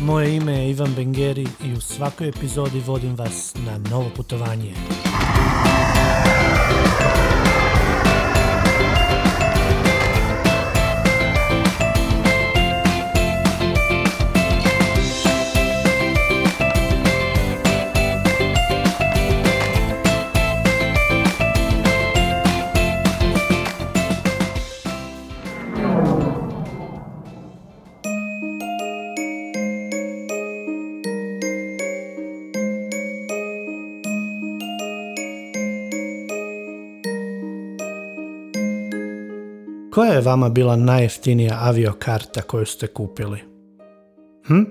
Moje ime je Ivan Bengeri i u svakoj epizodi vodim vas na novo putovanje. Koja je vama bila najjeftinija aviokarta koju ste kupili? Hm?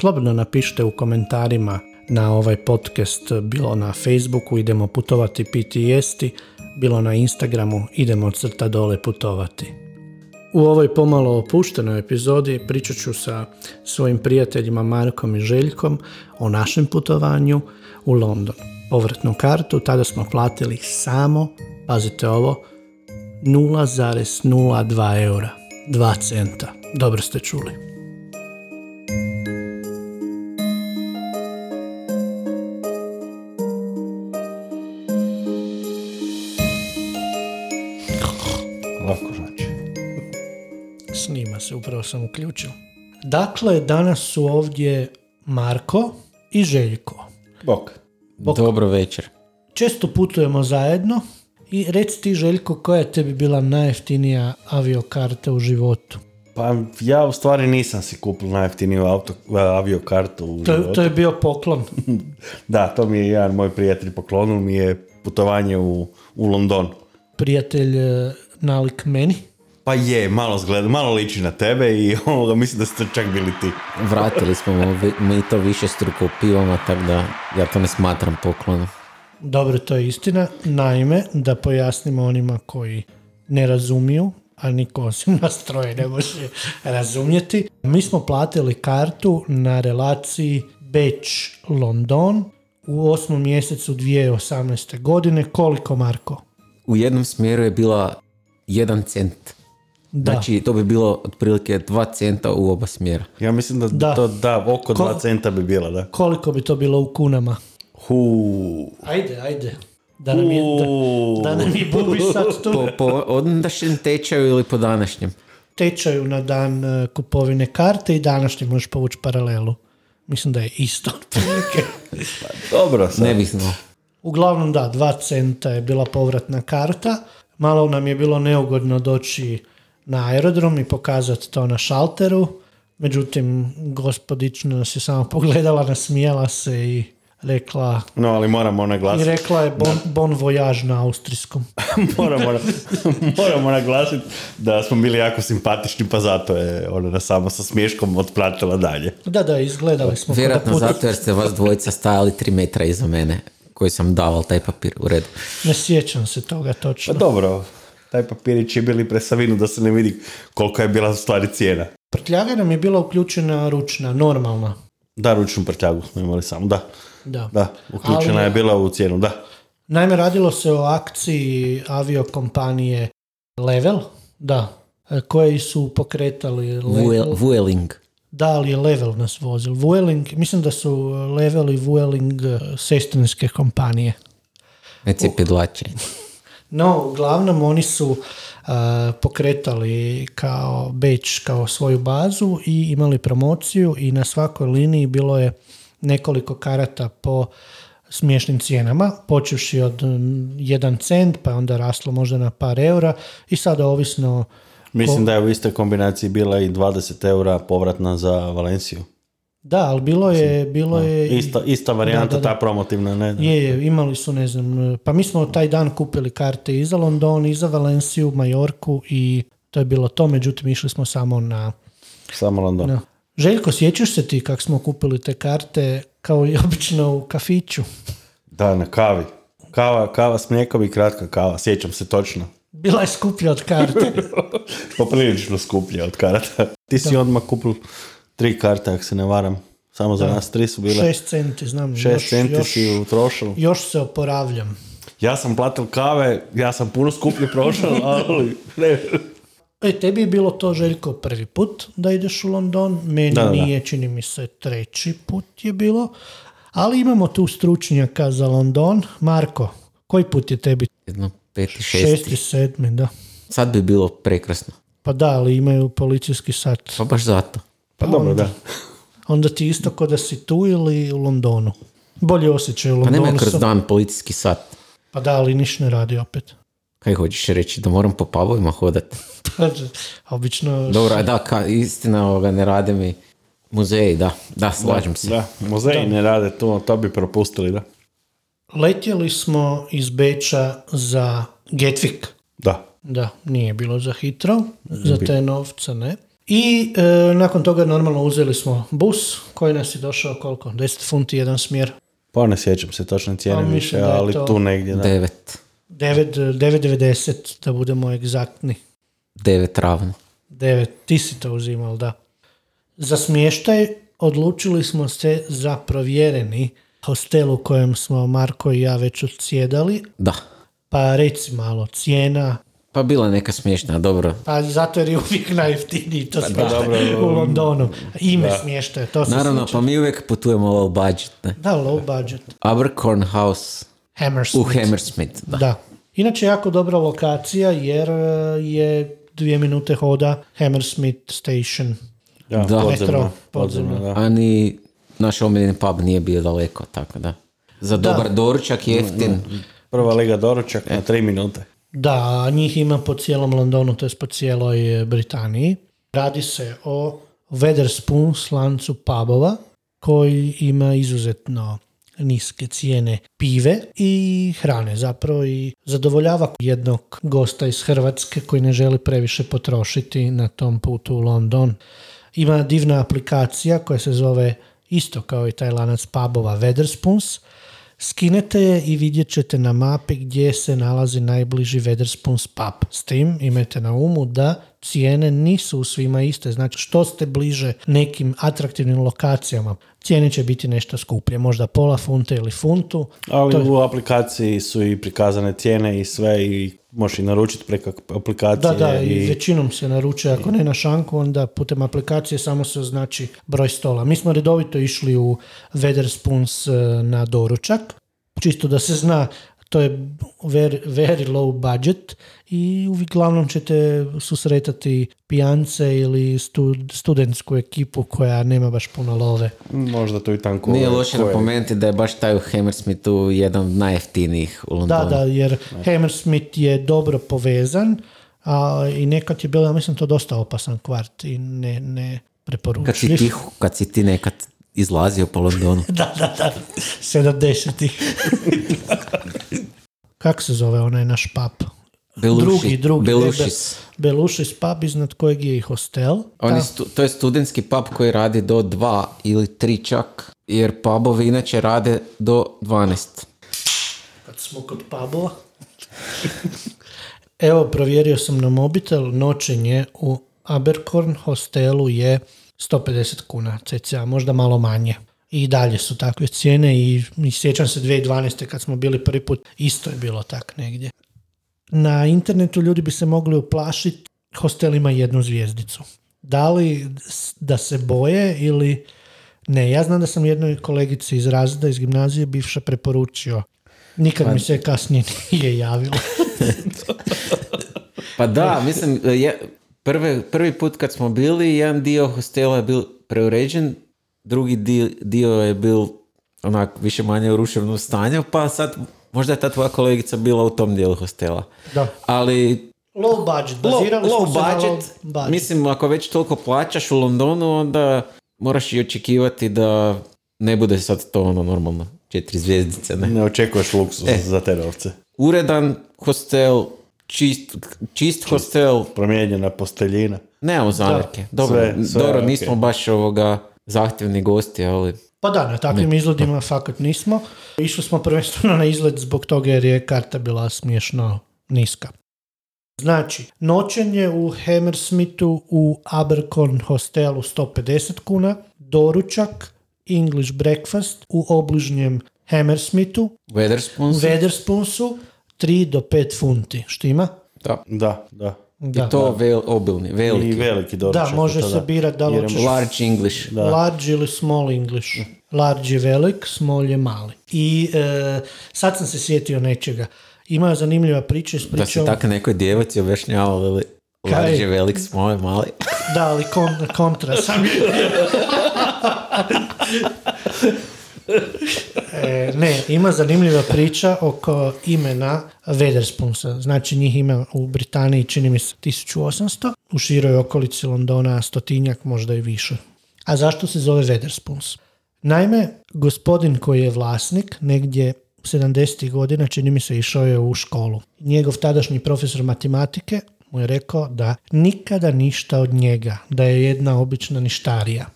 Slobodno napišite u komentarima na ovaj podcast, bilo na Facebooku idemo putovati piti i jesti, bilo na Instagramu idemo od crta dole putovati. U ovoj pomalo opuštenoj epizodi pričat ću sa svojim prijateljima Markom i Željkom o našem putovanju u London. Povratnu kartu tada smo platili samo, pazite ovo, 0,02 eura, 2 centa. Dobro ste čuli. Lako znači. Snima se, upravo sam uključio. Dakle, danas su ovdje Marko i Željko. Bok. Dobro večer. Često putujemo zajedno i reci ti Željko koja je tebi bila najjeftinija aviokarta u životu. Pa ja u stvari nisam si kupil najjeftiniju auto, aviokartu u To, životu. to je bio poklon. Da, to mi je jedan moj prijatelj poklonio, mi je putovanje u, u London. Prijatelj e, nalik meni. Pa je, malo zgleda, malo liči na tebe i ovoga, mislim da ste čak bili ti. Vratili smo mu vi- mi to više struko pivama, tako da ja to ne smatram poklonom. Dobro, to je istina. Naime, da pojasnimo onima koji ne razumiju, a niko osim nas troje ne može razumjeti. Mi smo platili kartu na relaciji Beč-London u osmom mjesecu 2018. godine. Koliko, Marko? U jednom smjeru je bila jedan cent. Da. Znači, to bi bilo otprilike dva centa u oba smjera. Ja mislim da, Da. to da, Ko- oko dva centa bi bila, da. Koliko bi to bilo u kunama? Hu. Ajde, ajde. Da nam je, da, Hu. da nam je Bubi sad tu. Po, po ondašnjem tečaju ili po današnjem? tečaju na dan e, kupovine karte i današnji možeš povući paralelu. Mislim da je isto otprilike. Dobro sad. Ne bih znao. Uglavnom da, 2 centa je bila povratna karta. Malo nam je bilo neugodno doći na aerodrom i pokazati to na šalteru. Međutim, gospodična nas je samo pogledala, nasmijela se i rekla, No, ali moramo i naglasiti. rekla je bon, bon voyage na austrijskom. moramo, moramo naglasiti da smo bili jako simpatični, pa zato je ona nas samo sa smiješkom otplatila dalje. Da, da, izgledali smo. ko da Vjerojatno puta- zato jer ste vas dvojica stajali tri metra iza mene koji sam daval taj papir u redu. Ne sjećam se toga Pa točno. dobro, taj papirić je bili presavinu da se ne vidi koliko je bila u stvari cijena. Prtljaga nam je bila uključena ručna, normalna. Da, ručnu prtljagu smo imali samo, da. Da. Da, uključena Ali- je bila u cijenu, da. Naime, radilo se o akciji aviokompanije Level, da, e, koji su pokretali Level. Vuel- Vueling. Da, ali je Level nas vozil. Vueling, mislim da su Level i Vueling e, sestrinske kompanije. Ne cijepi dlače. No, uglavnom oni su e, pokretali kao Beč, kao svoju bazu i imali promociju i na svakoj liniji bilo je nekoliko karata po smiješnim cijenama, počevši od mm, 1 cent, pa je onda raslo možda na par eura i sada ovisno Mislim da je u istoj kombinaciji bila i 20 eura povratna za Valenciju. da, ali bilo je, bilo je i- Ista, ista varijanta, Da, da, da. ta promotivna, ne? da. Je, je, imali su, ne znam, pa mi smo taj dan kupili karte i za London, i za Valenciju, Majorku i to je bilo to, međutim išli smo samo na Samo London. Da. Željko, sjećaš se ti kako smo kupili te karte kao i obično u kafiću? Da, na kavi. Kava, kava s mlijekom i kratka kava, sjećam se točno. Bila je skuplja od karte. poprilično skuplje od karata. Ti si odmah kupil tri karte, ako se ne varam. Samo za nas tri su bile. 6 centi, znam. još, Šest centi još, si utrošil. još se oporavljam. Ja sam platil kave, ja sam puno skuplje prošao, ali ne. E, tebi je bilo to, Željko, prvi put da ideš u London, meni Da, da, da. nije, čini mi se, treći put je bilo, ali imamo tu stručnjaka za London. Marko, koji put je tebi? Jedno, peti, šesti. Šesti, sedmi, da. Sad bi bilo prekrasno. Pa da, ali imaju policijski sat. Pa baš zato. Pa dobro, da. Onda ti isto ko da si tu ili u Londonu. Bolje osjećaj u Pa nema Londonu. kroz sam. dan policijski sat. Pa da, ali niš ne radi opet. Kaj hoćeš reći, da moram po pubovima hodat? Obično Dobro, a da, ka, istina ovoga, ne rade mi muzeji, da, da, slažem se. Da, muzeji ne rade to, to bi propustili, da. Letjeli smo iz Beča za Getvik. Da. Da, nije bilo za hitro, za te novce ne. I e, nakon toga normalno uzeli smo bus koji nas je došao koliko? 10 funti jedan smjer. Pa ne sjećam se točno cijene Pa mislim više, da je ali to- tu negdje, da. Devet, 9 9,90 da budemo egzaktni. devet ravno. 9, ti si to uzimal, da. Za smještaj odlučili smo se za provjereni hostel u kojem smo Marko i ja već odsjedali. Da. Pa reci malo, cijena, Pa bila je neka smiješna, dobro. Pa zato jer je uvijek najjeftiniji Pa to smještaj dobro, u Londonu. Ime smještaja, to se um, Naravno, sjeća. pa mi uvijek putujemo low budget, ne? Da, low budget. Abercorn House u Hammersmith. Hammersmith, da. Da. Inače, jako dobra lokacija jer e, je dvije minute hoda Hammersmith Station. Da, Da. Metro, podzemno. podzemno. Podzemno, da. A ni naš omiljeni pub nije bio daleko, tako da. Za dobar doručak, jeftin. Prva lega doručak E. na tri minute. Da, njih ima po cijelom Londonu, to je po cijeloj e, Britaniji. Radi se o Wetherspoon slancu pubova koji ima izuzetno niske cijene pive i hrane zapravo i zadovoljava jednog gosta iz Hrvatske koji ne želi previše potrošiti na tom putu u London. Ima divna aplikacija koja se zove isto kao i taj lanac pubova Wetherspoons. Skinete je i vidjet ćete na mapi gdje se nalazi najbliži Wetherspoons pub. S tim imajte na umu da cijene nisu u svima iste. Znači što ste bliže nekim atraktivnim lokacijama, cijene će biti nešto skuplje. Možda pola funte ili funtu. Ali u aplikaciji su i prikazane cijene i sve i možeš i naručiti preko Da, aplikacije. da, i i... većinom se naručuje, ako ne na šanku, onda putem aplikacije samo se označi broj stola. Mi smo redovito išli u Wetherspoons e, na doručak, čisto da se zna, to je very, very low budget i uglavnom ćete susretati pijance ili stud, studentsku ekipu koja nema baš puno love. Možda tu i tanko... Nije loše napomenuti da je baš taj u Hammersmithu jedan od najjeftinijih u Londonu. Da, da, jer Hammersmith je dobro povezan a, i nekad je bilo, ja mislim, to dosta opasan kvart i ne, ne Kad si preporučljiv. ti, kad si ti nekad izlazio po Londonu. da, da, da, 70-ih. Kak se zove onaj naš pub? Beluši, drugi, drugi. Belušis. Bebe- Belušis pub iznad kojeg je i hostel. Oni stu- to je studentski pub koji radi do 2 ili 3 čak, jer pubovi inače rade do 12. Kad smo kod pubova. Evo, provjerio sam na mobitel, noćenje u Abercorn hostelu je 150 kuna, cca, možda malo manje. I dalje su takve cijene i, i sjećam se 2012. kad smo bili prvi put, isto je bilo tak negdje. Na internetu ljudi bi se mogli uplašiti, hostel ima jednu zvijezdicu. Da li s- da se boje ili ne? Ja znam da sam jednoj kolegici iz razreda iz gimnazije bivša preporučio. Nikad mi se kasnije nije javilo. Pa da, mislim, je, prve, prvi put kad smo bili, jedan dio hostela je bil preuređen, drugi dio, dio je bil onak više manje u ruševnom stanju, pa sad možda je ta tvoja kolegica bila u tom dijelu hostela. Da. Ali Low budget, low, bazirali low smo se na budget, low budget. mislim ako već toliko plaćaš u Londonu onda moraš i očekivati da ne bude sad to ono normalno četiri zvjezdice. Ne? Ne očekuješ luksus E. za te novce. Uredan hostel, čist, čist hostel, Promijenjena posteljina. nemamo zamjerke. Dobro, sve- sve dobro je nismo baš ovoga zahtjevni gosti, ali Pa da, na takvim izgledima fakat nismo. Išli smo prvenstveno na izlet zbog toga jer je karta bila smiješno niska. Znači, noćenje u Hammersmithu u Abercorn hostelu 150 kuna, doručak, English breakfast u obližnjem Hammersmithu, Weatherspoons, Wetherspoonsu, 3 do 5 funti. Što ima? da. Da, da. Da, I to vel, obilni, veliki. I veliki doručak. da može to se birati da li Jer je hoćeš Large English. Da. large ili small English. Large je velik, small je mali. I e, sad sam se sjetio nečega. Ima je zanimljiva priča s Da pričom. se tako nekoj djevaci objašnjavalo ili Kaj? large, velik, small, mali. Da, ali kon, kontra sam. E, ne, ima zanimljiva priča oko imena Wederspunsa. Znači njih ima u Britaniji čini mi se 1800, u široj okolici Londona stotinjak, možda i više. A zašto se zove Wederspuns? Naime, gospodin koji je vlasnik negdje 70. godina, čini mi se, išao je u školu. Njegov tadašnji profesor matematike mu je rekao da nikada ništa od njega, da je jedna obična ništarija.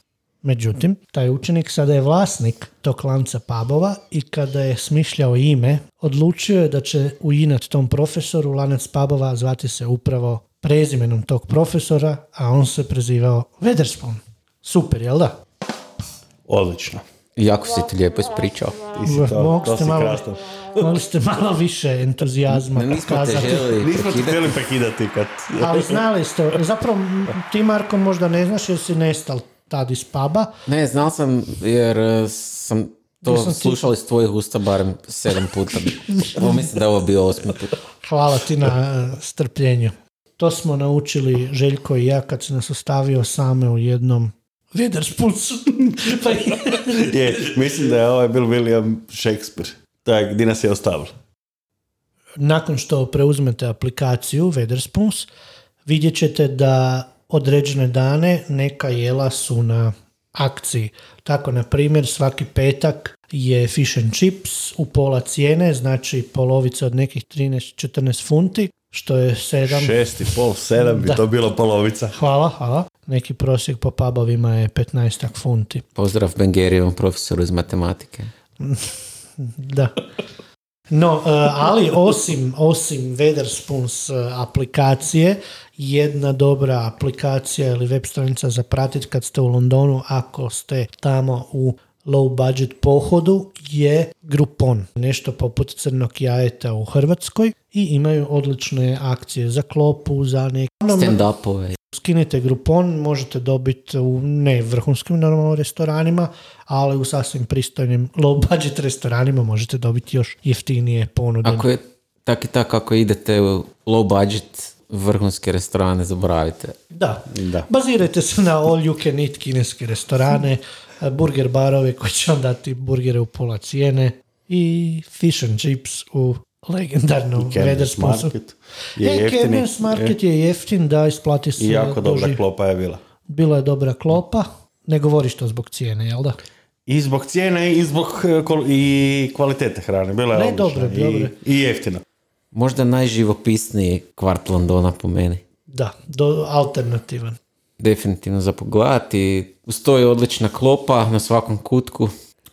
Međutim, taj učenik sada je vlasnik tog lanca pubova i kada je smišljao ime, odlučio je da će uinat tom profesoru lanac pubova zvati se upravo prezimenom tog profesora, a on se prezivao Wederspon. Super, jel da? Odlično. Jako si ti lijepo ispričao. Ti si to, Mogli to ste si malo, krasno. mogli ste malo više entuzijazma Ne, nismo te pokazati. želi Nismo ti prekidati. htjeli prekidati kad... Ali znali ste, zapravo ti Marko možda ne znaš jer si nestal tad iz puba. Ne, znal sam jer eh, sam Jer to sam ti- slušao iz tvojih usta barem sedam puta. Ovo mislim da je ovo bio osmi put. Hvala ti na e, strpljenju. To smo naučili Željko i ja kad si nas ostavio same u jednom Wederspunsu. pa Je, mislim da je ovaj bil William Shakespeare. Tak, di nas je ostavil. nakon što preuzmete aplikaciju Wederspuns, vidjet ćete da određene dane neka jela su na akciji. Tako, na primjer, svaki petak je fish and chips u pola cijene, znači polovica od nekih 13-14 funti, što je 7 Šest i pol, sedam bi Da. to bilo polovica. Hvala, hvala. Neki prosjek po pubovima je 15 funti. Pozdrav Bengerijevom profesoru iz matematike. Da. No, e, ali osim, osim Wederspoons e, aplikacije, jedna dobra aplikacija ili web stranica za pratit kad ste u Londonu, ako ste tamo u low budget pohodu, je Groupon. Nešto poput crnog jajeta u Hrvatskoj i imaju odlične akcije za klopu, za neke... Stand-upove. skinite Groupon, možete dobiti u ne vrhunskim normalno restoranima, ali u sasvim pristojnim low budget restoranima možete dobiti još jeftinije ponude. Ako je tak i tak, ako idete u low budget vrhunske restorane, zaboravite. Da. Bazirajte se na all you can eat kineske restorane, burger barove koji će vam dati burgere u pola cijene i fish and chips u legendarnom Kemers Wedersponsu. Market je Je jeftini. E. Kemers E, Market je jeftin, da, isplati se I jako dobra duži. klopa je bila. Bila je dobra klopa, ne govoriš to zbog cijene, jel da? I zbog cijene i zbog e, kol- i kvalitete hrane. Bila je Ne, odlična dobro, i, dobro. I jeftina. Možda najživopisniji kvart Londona po meni. Da, do, alternativan. Definitivno za pogledati. Uz to je odlična klopa na svakom kutku.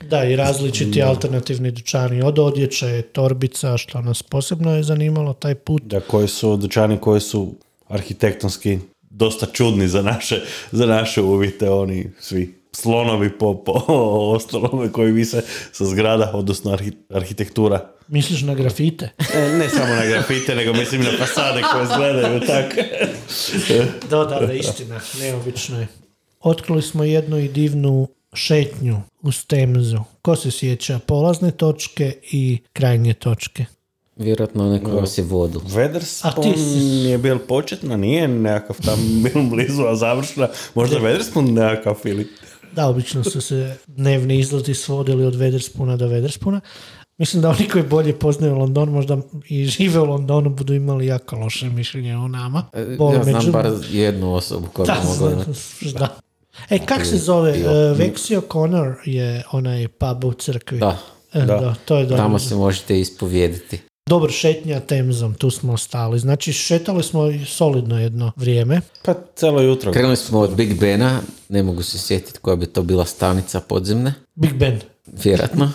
Da, i različiti alternativni dućani od odjeće, torbica, što nas posebno je zanimalo taj put. Da, koji su dućani koji su arhitektonski dosta čudni za naše, za naše uvite, oni svi slonovi po, po ostalome koji vise sa zgrada, odnosno arhi- arhitektura. Misliš na grafite? E, ne samo na grafite, nego mislim i na fasade koje izgledaju tako. da, da, da, istina, neobično je. Otkrili smo jednu i divnu šetnju uz Temzu. Ko se sjeća polazne točke i krajnje točke? Vjerojatno neko si vodu. A ti Wederspun si- je bil početna, nije nekakav tam bil blizu, a završna. Možda Wederspun nekakav ili... Da, obično su se dnevni izleti svodili od Vederspuna do Vederspuna. Mislim da oni koji bolje poznaju London, možda i žive u Londonu, budu imali jako loše mišljenje o nama. Bole E, Ja me znam džubre. bar jednu osobu koja Da, bi mogla ono- znam, imati. da. Dakle, E, kak se zove? E, Vexio Connor je onaj pub u crkvi. Da, E, da. to je dobro. tamo se možete ispovijediti. Dobro, šetnja temzom, tu smo ostali. Znači, šetali smo i solidno jedno vrijeme. Pa celo jutro. Krenuli smo od Big Bena, ne mogu se sjetiti koja bi to bila stanica podzemne, Big Ben, vjerojatno.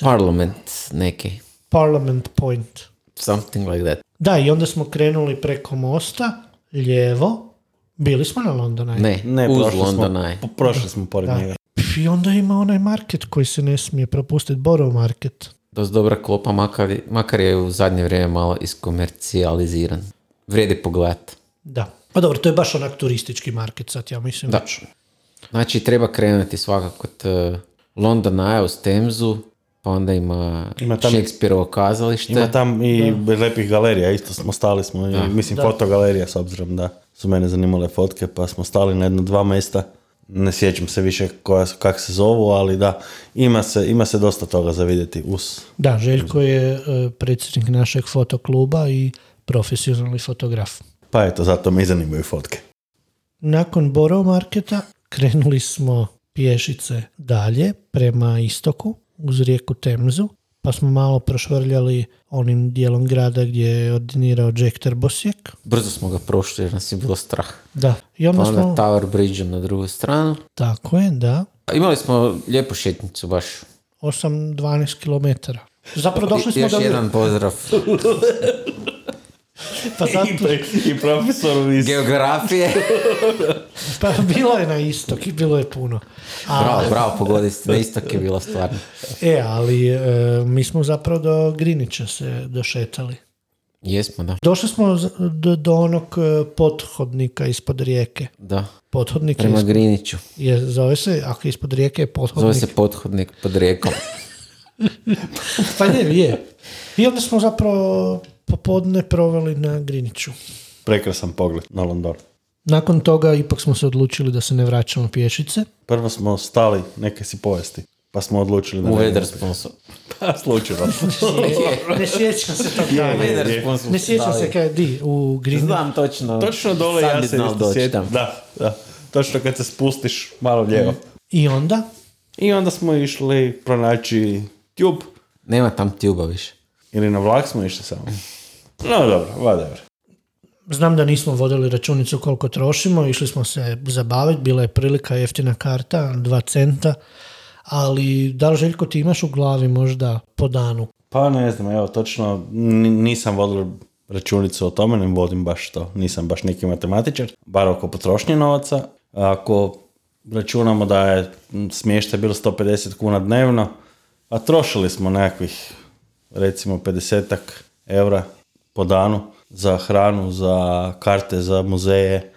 Parliament neki, Parliament Point. something like that. Da, i onda smo krenuli preko mosta, lijevo. Bili smo na London Eye. Ne, Ne, uz prošli London smo, Eye. po- prošli smo pored Da. njega. Pf, I onda ima onaj market koji se ne smije propustiti, Borough Market. Dosta dobra klopa, makar, makar je u zadnje vrijeme malo iskomercijaliziran. vrijedi pogledat. Da. Pa dobro, to je baš onak turistički market sad, ja mislim. Da. Znači, treba krenuti svakako od eh, Londona Eye uz Temzu, pa onda ima, Ima tam- Shakespeareovo kazalište. Ima tam i lepih galerija, isto smo stali smo, i, mislim fotogalerija s obzirom da su mene zanimale fotke, pa smo stali na jedno dva mjesta, ne sjećam se više koja, su- kak se zovu, ali da, ima se, ima se dosta toga za vidjeti uz. Da, Željko je e, predsjednik našeg fotokluba i profesionalni fotograf. Pa eto, zato me i zanimaju fotke. Nakon Borough Marketa krenuli smo pješice dalje prema istoku uz rijeku Temzu, pa smo malo prošvrljali onim dijelom grada gdje je ordinirao Jack Trbosjek. Brzo smo ga prošli jer nas je bilo strah. Da, i onda Pa onda smo... Tower bridge na drugu stranu. Tako je, da. Imali smo lijepu šetnicu baš. 8-12 km. Zapravo došli smo Još do... jedan pozdrav Pa, zato- I, profesoru iz... geografije. pa bilo je na istok i bilo je puno. A, bravo, bravo, pogodili ste. Na istok je bila stvarno. E, ali e, mi smo zapravo do Grinića se došetali. Jesmo, da. Došli smo z- do, do onog e, pothodnika ispod rijeke. Da. Pothodnik je Prema isp- Griniću. je, zove se, ako je ispod rijeke je Zove pothodnik. se pothodnik pod rijekom. Pa je, je. I onda smo zapravo popodne proveli na Griniću. Prekrasan pogled na London. Nakon toga ipak smo se odlučili da se ne vraćamo pješice. Prvo smo stali neke si povesti, pa smo odlučili da... U ne- Wethersponsu. Pa slučajno. Ne sjećam se tog dana. je, je. Wethersponsu Ne su sjećam dali. se kaj di u Griniću. Znam točno. Točno dole Sad ja bi se znao isto doći, sjetim. da. Da, da. Točno kad se spustiš malo lijevo. I onda I onda smo išli pronaći tube Nema tam tuba više. ili na vlak smo išli samo. No dobro, whatever. Znam da nismo vodili računicu koliko trošimo, išli smo se zabaviti, bila je prilika jeftina karta, 2 centa, ali da li Željko ti imaš u glavi možda po danu? Pa ne znam, evo točno n- nisam vodila računicu o tome, ne vodim baš to, nisam baš neki matematičar, bar oko potrošnje novaca. Ako računamo da je m, smještaj bilo 150 kuna dnevno, a trošili smo nekakvih recimo 50 eura po danu za hranu, za karte, za muzeje,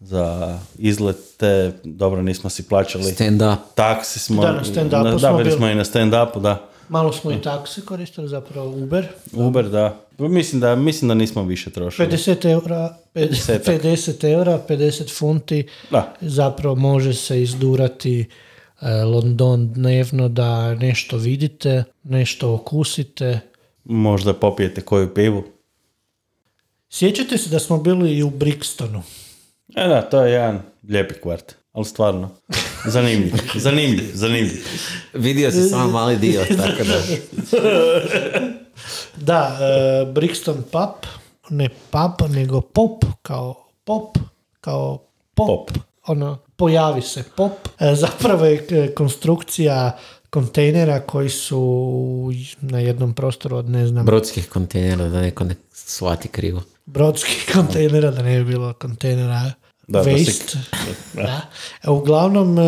za izlete, dobro nismo si plaćali. Stand up. Taksi smo, Da, na stand-upu da, smo bili bili. smo i na stand-upu, da. Malo smo Hm. i taksi koristili, zapravo Uber, Uber, da. Pa Mislim da, mislim da nismo više trošili. 50 eura, pe- 50 eura, 50 funti, Da. zapravo može se izdurati e, London dnevno da nešto vidite, nešto okusite. Možda popijete koju pivu. Sjećate se da smo bili i u Brixtonu. E da, to je jedan lijepi kvart. Ali stvarno, zanimljiv, zanimljiv, zanimljiv. Vidio si samo mali dio, tako da. Da, e, Brixton pub, ne pub, nego pop, kao pop, kao pop, Pop. ono, pojavi se pop. E, zapravo je e, konstrukcija kontejnera koji su na jednom prostoru od, ne znam, Brodskih kontejnera, da neko ne shvati krivo. brodskih kontejnera, da ne bi bilo kontejnera Da, da waste. Da. E, Uglavnom, e,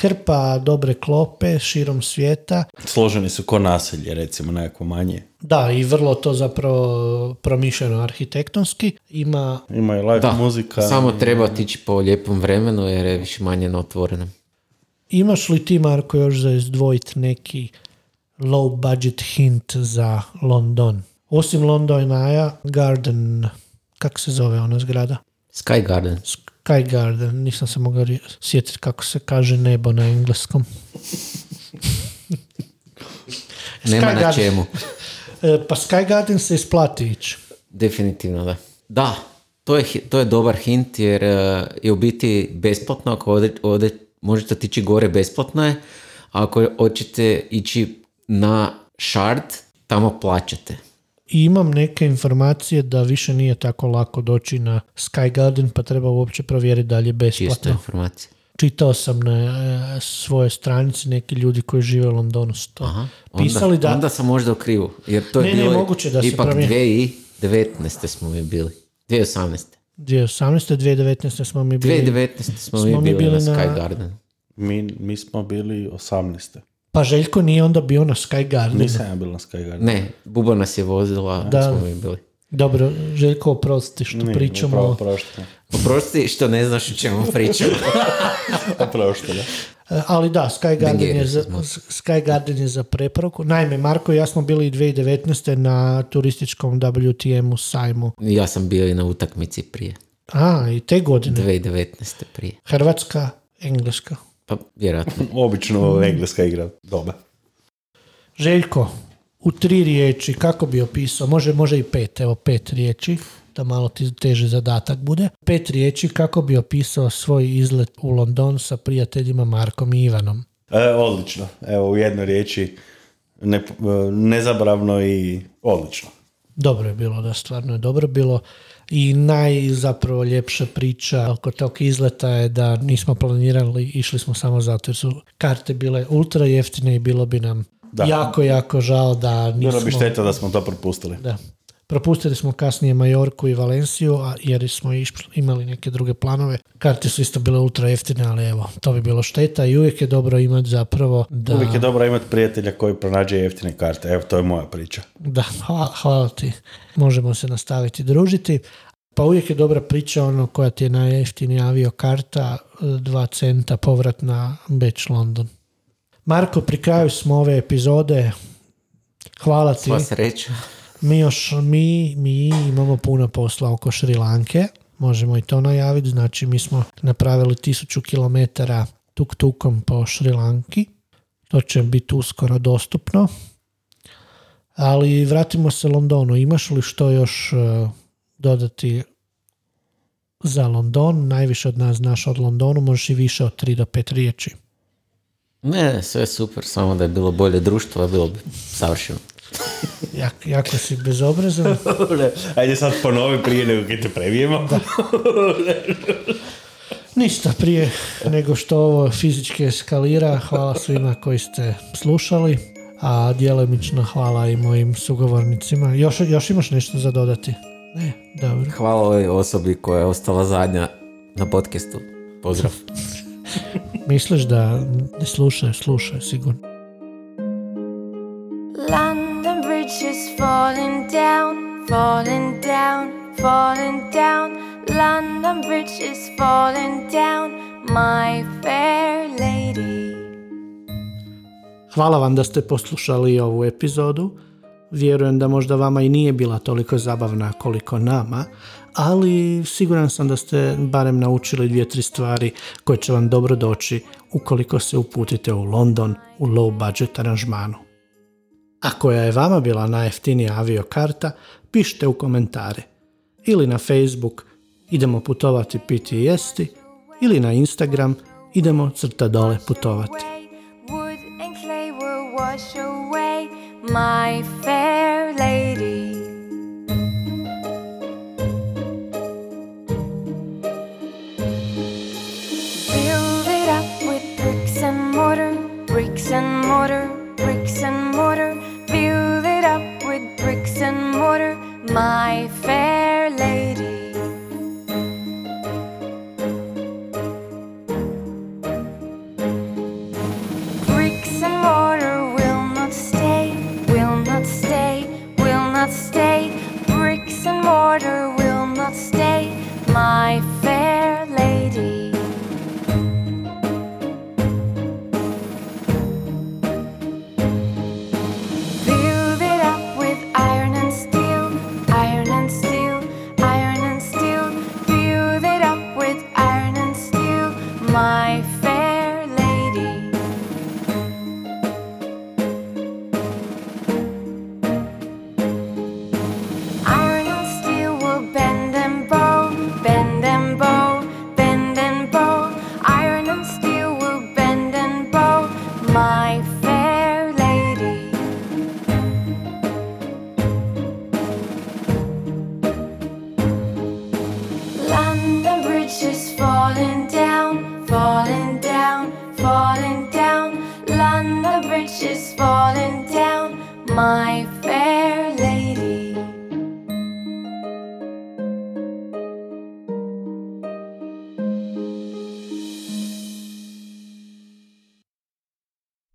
hrpa dobre klope širom svijeta. Složeni su ko naselje, recimo, nekako manje. Da, i vrlo to zapravo promišljeno arhitektonski. Ima Ima i live Da, muzika. samo treba otići po lijepom vremenu jer je više manje na otvorenom. Imaš li ti, Marko, još za izdvojit neki low budget hint za London? Osim Londonaja, Garden, kak se zove ona zgrada? Sky Garden. Sky Garden, nisam se mogao ri- sjetiti kako se kaže nebo na engleskom. Nema Sky na Garden. čemu. E, pa Sky Garden se isplati ići. Definitivno da. Da, to je, hi- to je dobar hint jer eh, je u biti besplatno ako ode, ode- možete otići gore besplatno je. A ako hoćete ići na shard, tamo plaćate. I imam neke informacije da više nije tako lako doći na Sky Garden, pa treba uopće provjeriti dalje besplatno. Čista informacija. čitao sam na e, svoje stranici neki ljudi koji žive u Londonu su to Onda, pisali da onda sam možda u krivu. Jer to je Ne, ne, bilo moguće da se ipak promijeni. 2019. smo mi bili. 2018. 2018. 2019. smo mi bili 2019. smo, mi bili, na Sky Garden. Mi, mi smo bili 18. pa Željko nije onda bio na Sky Gardenu Nisam ja bil na Sky Garden. Ne, Buba nas je vozila, da. smo mi bili. Dobro, Željko, oprosti što Ne, pričamo. Upravo prošteno. Oprosti što ne znaš o čemu pričam. Oprošteno. E, Ali da, Sky Garden, Bengeri je za, Sky Garden je za preporuku. Naime, Marko i ja smo bili 2019. na turističkom WTM-u sajmu. ja sam bio i na utakmici prije. A, i te godine. 2019. prije. Hrvatska, Engleska. Pa vjerojatno. Obično engleska igra. Dobar. Željko, u tri riječi, kako bi opisao, može, može i pet, evo pet riječi, da malo ti teži zadatak bude. Pet riječi kako bi opisao svoj izlet u London sa prijateljima Markom i Ivanom. E, odlično. Evo, u jednoj riječi ne, e, nezaboravno i odlično. Dobro je bilo, da stvarno je dobro bilo. I naj zapravo ljepša priča oko tog izleta je da nismo planirali, išli smo samo zato jer su karte bile ultra jeftine i bilo bi nam Da. jako, jako žao da nismo... Bilo bi šteta da smo to propustili. Da. Propustili smo kasnije Majorku i Valenciju a, jer smo išli- imali neke druge planove. Karte su isto bile ultra jeftine, ali evo, to bi bilo šteta i uvijek je dobro imati zapravo da... Uvijek je dobro imati prijatelja koji pronađe jeftine karte. Evo, to je moja priča. Da, hva- hvala ti. Možemo se nastaviti družiti. Pa uvijek je dobra priča ono koja ti je najjeftinija avio karta, 2 centa povrat na Beč London. Marko, pri kraju smo ove epizode. Hvala ti. Sva sreća. Mi još, mi, mi imamo puno posla oko Šrilanke, možemo i to najaviti, znači mi smo napravili tisuću kilometara tuk-tukom po Šrilanki, to će biti uskoro dostupno, ali vratimo se Londonu, imaš li što još eh, dodati za London, najviše od nas znaš od Londonu, možeš i više od 3 do 5 riječi. Ne, sve super, samo da je bilo bolje društvo, bilo bi savršeno. Jak, jako si bezobrazan. Ajde sad ponovi prije nego kad te previjemo. Ništa prije nego što ovo fizički eskalira. Hvala svima koji ste slušali, a djelomično hvala i mojim sugovornicima. Još, još imaš nešto za dodati? Ne, dobro. Hvala ovoj osobi koja je ostala zadnja na podcastu. Pozdrav. Misliš da ne slušaju, slušaju sigurno. London Bridge is falling down, falling down, falling down. London Bridge is falling down, my fair lady. Hvala vam da ste poslušali ovu epizodu. Vjerujem da možda vama i nije bila toliko zabavna koliko nama, ali siguran sam da ste barem naučili dvije, tri stvari koje će vam dobro doći ukoliko se uputite u London u low budget aranžmanu. A koja je vama bila najjeftinija aviokarta, pišite u komentare. Ili na Facebook idemo putovati, piti i jesti, ili na Instagram idemo crta dole putovati. Away, Wood and clay will wash away, my fair lady. Build it up with bricks and mortar, bricks and mortar, bricks and mortar. Build it up with bricks and mortar, my fair lady. Bricks and mortar will not stay, will not stay, will not stay. Bricks and mortar will not stay, my fair lady. Build it up with iron and steel, iron and steel, iron and steel. Build it up with iron and steel, my fair lady. Iron and steel will bend and bow, bend and bow, bend and bow. Iron and steel will bend and bow, my fair lady. London Bridge is falling down, falling down, falling down. London Bridge is falling down, my